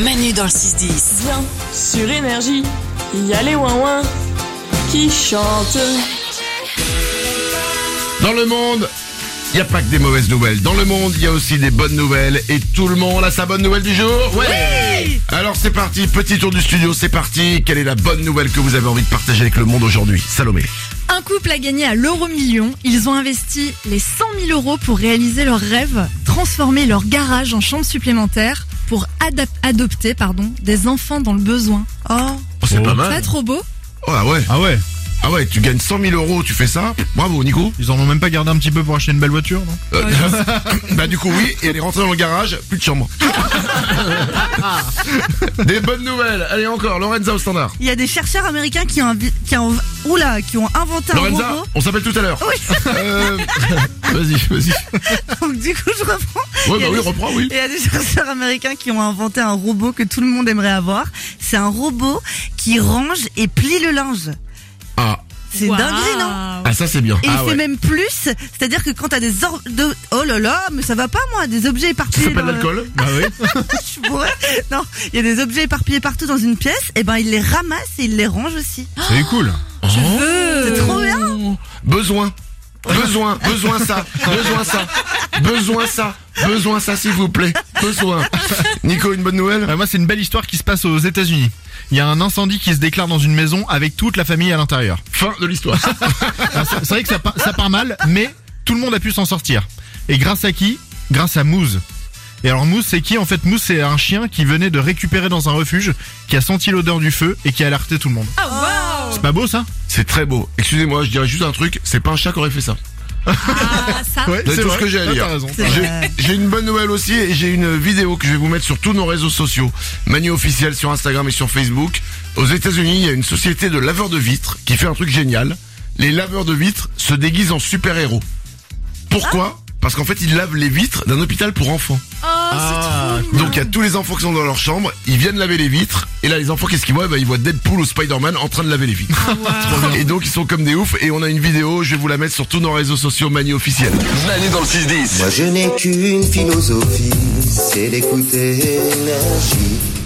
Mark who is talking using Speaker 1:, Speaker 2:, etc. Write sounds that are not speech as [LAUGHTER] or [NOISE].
Speaker 1: Manu dans le 6-10.
Speaker 2: bien sur énergie. Il y a les ouin qui chantent.
Speaker 3: Dans le monde, il n'y a pas que des mauvaises nouvelles. Dans le monde, il y a aussi des bonnes nouvelles. Et tout le monde a sa bonne nouvelle du jour Ouais Alors c'est parti, petit tour du studio, c'est parti. Quelle est la bonne nouvelle que vous avez envie de partager avec le monde aujourd'hui Salomé.
Speaker 4: Un couple a gagné à l'euro million. Ils ont investi les 100 000 euros pour réaliser leur rêve, transformer leur garage en chambre supplémentaire pour adap- adopter pardon, des enfants dans le besoin. Oh,
Speaker 3: Oh, c'est pas
Speaker 4: pas
Speaker 3: mal.
Speaker 4: trop beau
Speaker 3: Oh, ah ouais.
Speaker 5: Ah ouais
Speaker 3: Ah ouais, tu gagnes 100 000 euros, tu fais ça. Bravo Nico.
Speaker 5: Ils en ont même pas gardé un petit peu pour acheter une belle voiture, non
Speaker 3: Euh, bah du coup oui, et elle est rentrée dans le garage, plus de [LAUGHS] chambre. des bonnes nouvelles. Allez encore, Lorenza au standard.
Speaker 6: Il y a des chercheurs américains qui ont, invi- qui ont, oula, qui ont inventé un
Speaker 3: Lorenza,
Speaker 6: robot.
Speaker 3: on s'appelle tout à l'heure. Euh, [LAUGHS] vas-y, vas-y.
Speaker 6: Donc [LAUGHS] du coup, je reprends.
Speaker 3: Ouais,
Speaker 6: Il y
Speaker 3: bah
Speaker 6: a
Speaker 3: oui,
Speaker 6: des-
Speaker 3: reprends, oui.
Speaker 6: Il y a des chercheurs américains qui ont inventé un robot que tout le monde aimerait avoir. C'est un robot qui range et plie le linge.
Speaker 3: Ah,
Speaker 6: C'est
Speaker 4: Waouh.
Speaker 6: dinguerie, non
Speaker 3: ah ça c'est bien.
Speaker 6: Et
Speaker 3: ah
Speaker 6: il
Speaker 3: ouais.
Speaker 6: fait même plus, c'est-à-dire que quand t'as des or- de- oh là là, mais ça va pas moi, des objets
Speaker 3: Ça
Speaker 6: éparpillés.
Speaker 3: s'appelle
Speaker 6: dans le-
Speaker 3: l'alcool.
Speaker 5: Bah
Speaker 6: [LAUGHS]
Speaker 5: oui.
Speaker 6: Je pourrais- Non, il y a des objets éparpillés partout dans une pièce, et ben il les ramasse et il les range aussi.
Speaker 5: C'est cool.
Speaker 3: Ah. Oh.
Speaker 6: C'est trop bien.
Speaker 3: Besoin. Besoin, besoin ça, besoin ça, besoin ça, besoin ça s'il vous plaît, besoin. Nico, une bonne nouvelle
Speaker 5: Euh, moi, c'est une belle histoire qui se passe aux États-Unis. Il y a un incendie qui se déclare dans une maison avec toute la famille à l'intérieur.
Speaker 3: Fin de
Speaker 6: [LAUGHS]
Speaker 3: l'histoire.
Speaker 5: Alors, c'est c'est vrai que ça, part- ça part mal, mais tout le monde a pu s'en sortir. Et grâce à qui Grâce à Moose. Et alors Moose, c'est qui En fait, Moose, c'est un chien qui venait de récupérer dans un refuge, qui a senti l'odeur du feu et qui a alerté tout le monde.
Speaker 4: Ah
Speaker 5: C'est pas beau ça
Speaker 3: C'est très beau. Excusez-moi, je dirais juste un truc, c'est pas un chat qui aurait fait ça.
Speaker 4: ça
Speaker 5: Ouais,
Speaker 3: c'est tout ce que j'ai à
Speaker 5: Ah,
Speaker 3: dire.
Speaker 5: T'as raison.
Speaker 6: C'est
Speaker 3: J'ai-
Speaker 6: vrai.
Speaker 3: J'ai une bonne nouvelle aussi et j'ai une vidéo que je vais vous mettre sur tous nos réseaux sociaux. Manu officiel sur Instagram et sur Facebook. Aux États-Unis, il y a une société de laveurs de vitres qui fait un truc génial. Les laveurs de vitres se déguisent en super-héros.
Speaker 6: Ah.
Speaker 3: Pourquoi Parce qu'en fait, ils lavent les vitres d'un hôpital pour enfants.
Speaker 6: Oh,
Speaker 5: Ah,
Speaker 3: Donc il y a tous les enfants qui sont dans leur chambre, ils viennent laver les vitres et là les enfants qu'est-ce qu'ils voient Eh ben, Ils voient Deadpool ou Spider-Man en train de laver les vitres.
Speaker 6: Ah,
Speaker 3: et donc ils sont comme des oufs et on a une vidéo, je vais vous la mettre sur tous nos réseaux sociaux Manu officiel.
Speaker 7: Manu dans le 6-10.
Speaker 8: Moi je n'ai qu'une philosophie, c'est d'écouter l'énergie.